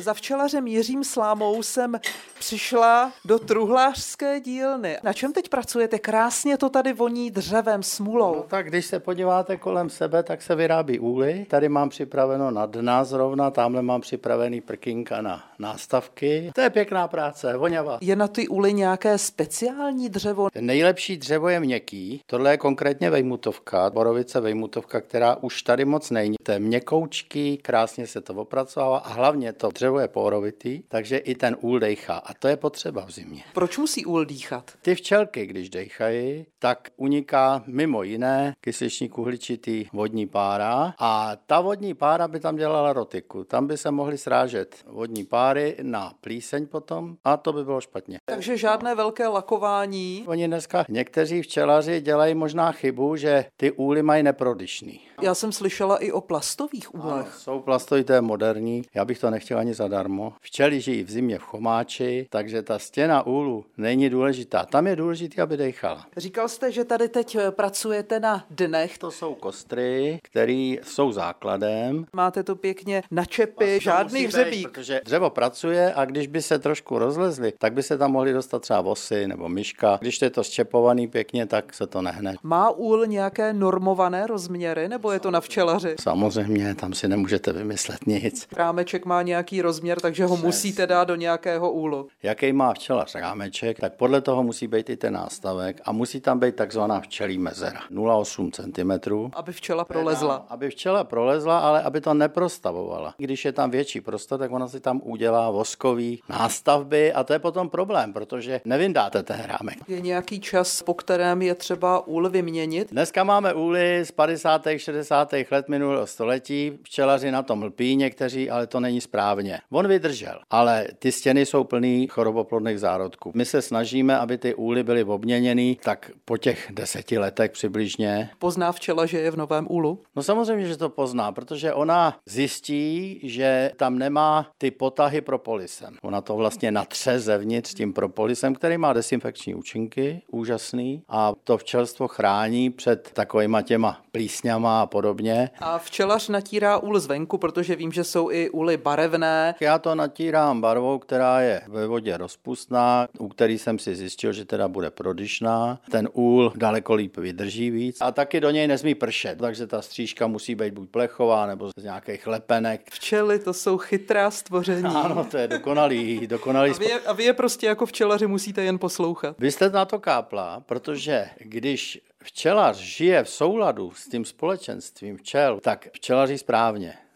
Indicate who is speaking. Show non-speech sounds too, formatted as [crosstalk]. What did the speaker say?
Speaker 1: Za včelařem Jiřím Slámou jsem přišla do truhlářské dílny. Na čem teď pracujete? Krásně to tady voní dřevem,
Speaker 2: No
Speaker 1: smulou.
Speaker 2: tak když se podíváte kolem sebe, tak se vyrábí úly. Tady mám připraveno na dna zrovna, tamhle mám připravený prkinka na nástavky. To je pěkná práce, voňava.
Speaker 1: Je na ty úly nějaké speciální dřevo?
Speaker 2: Nejlepší dřevo je měkký. Tohle je konkrétně vejmutovka, borovice vejmutovka, která už tady moc není. To je měkoučký, krásně se to opracovává a hlavně to dřevo je porovitý, takže i ten úl dejchá a to je potřeba v zimě.
Speaker 1: Proč musí úl dýchat?
Speaker 2: Ty včelky, když dejchají, tak uniká mimo jiné kysličník uhličitý vodní pára a ta vodní pára by tam dělala rotiku. Tam by se mohly srážet vodní páry na plíseň potom a to by bylo špatně.
Speaker 1: Takže žádné velké lakování.
Speaker 2: Oni dneska, někteří včelaři dělají možná chybu, že ty úly mají neprodyšný.
Speaker 1: Já jsem slyšela i o plastových úlech.
Speaker 2: Jsou plastovité moderní, já bych to nechtěl ani zadarmo. Včely žijí v zimě v chomáči, takže ta stěna úlu není důležitá. Tam je důležité, aby dechala.
Speaker 1: Říkal jste, že tady teď eh, pracujete na dnech.
Speaker 2: To jsou kostry, které jsou základem.
Speaker 1: Máte to pěkně na čepy, žádný
Speaker 2: Musí být,
Speaker 1: hřebík.
Speaker 2: Protože dřevo pracuje a když by se trošku rozlezly, tak by se tam mohly dostat třeba vosy nebo myška. Když je to ščepovaný pěkně, tak se to nehne.
Speaker 1: Má úl nějaké normované rozměry, nebo je to na včelaři?
Speaker 2: Samozřejmě, tam si nemůžete vymyslet nic.
Speaker 1: Rámeček má nějaký rozměr, takže ho musíte dát do nějakého úlu.
Speaker 2: Jaký má včelař rámeček, tak podle toho musí být i ten nástavek a musí tam být takzvaná včelí mezera. 0,8 cm.
Speaker 1: aby včela prolezla.
Speaker 2: Aby včela prolezla, ale aby to neprostavovala. Když je tam větší prostor, tak ona si tam udělá voskový nástavby a to je potom problém, protože nevyndáte ten rámek.
Speaker 1: Je nějaký čas, po kterém je třeba úl vyměnit.
Speaker 2: Dneska máme úly z 50. 60. let minulého století, včelaři na tom lpí někteří, ale to není správně. On vydržel, ale ty stěny jsou plný choroboplodných zárodků. My se snažíme, aby ty úly byly obměněny tak po těch deseti letech přibližně,
Speaker 1: Pozná včela, že je v novém úlu.
Speaker 2: No samozřejmě, že to pozná, protože ona zjistí, že tam nemá ty potahy propolisem. Ona to vlastně natře zevnitř tím propolisem, který má desinfekční účinky, úžasný, a to včelstvo chrání před takovýma těma plísňama a podobně.
Speaker 1: A včelař natírá úl zvenku, protože vím, že jsou i úly barevné.
Speaker 2: Já to natírám barvou, která je ve vodě rozpustná, u který jsem si zjistil, že teda bude prodyšná. Ten úl daleko líp vydrží víc a taky do něj nesmí pršet, takže ta střížka musí být buď plechová nebo z nějakých lepenek.
Speaker 1: Včely to jsou chytrá
Speaker 2: [laughs]
Speaker 1: stvoření.
Speaker 2: Ano, to je dokonalý, dokonalý
Speaker 1: A vy, je, a vy je prostě jako včelaři musíte jen poslouchat.
Speaker 2: Vy jste na to kápla, protože když včelař žije v souladu s tím společenstvím včel, tak včelaří správně.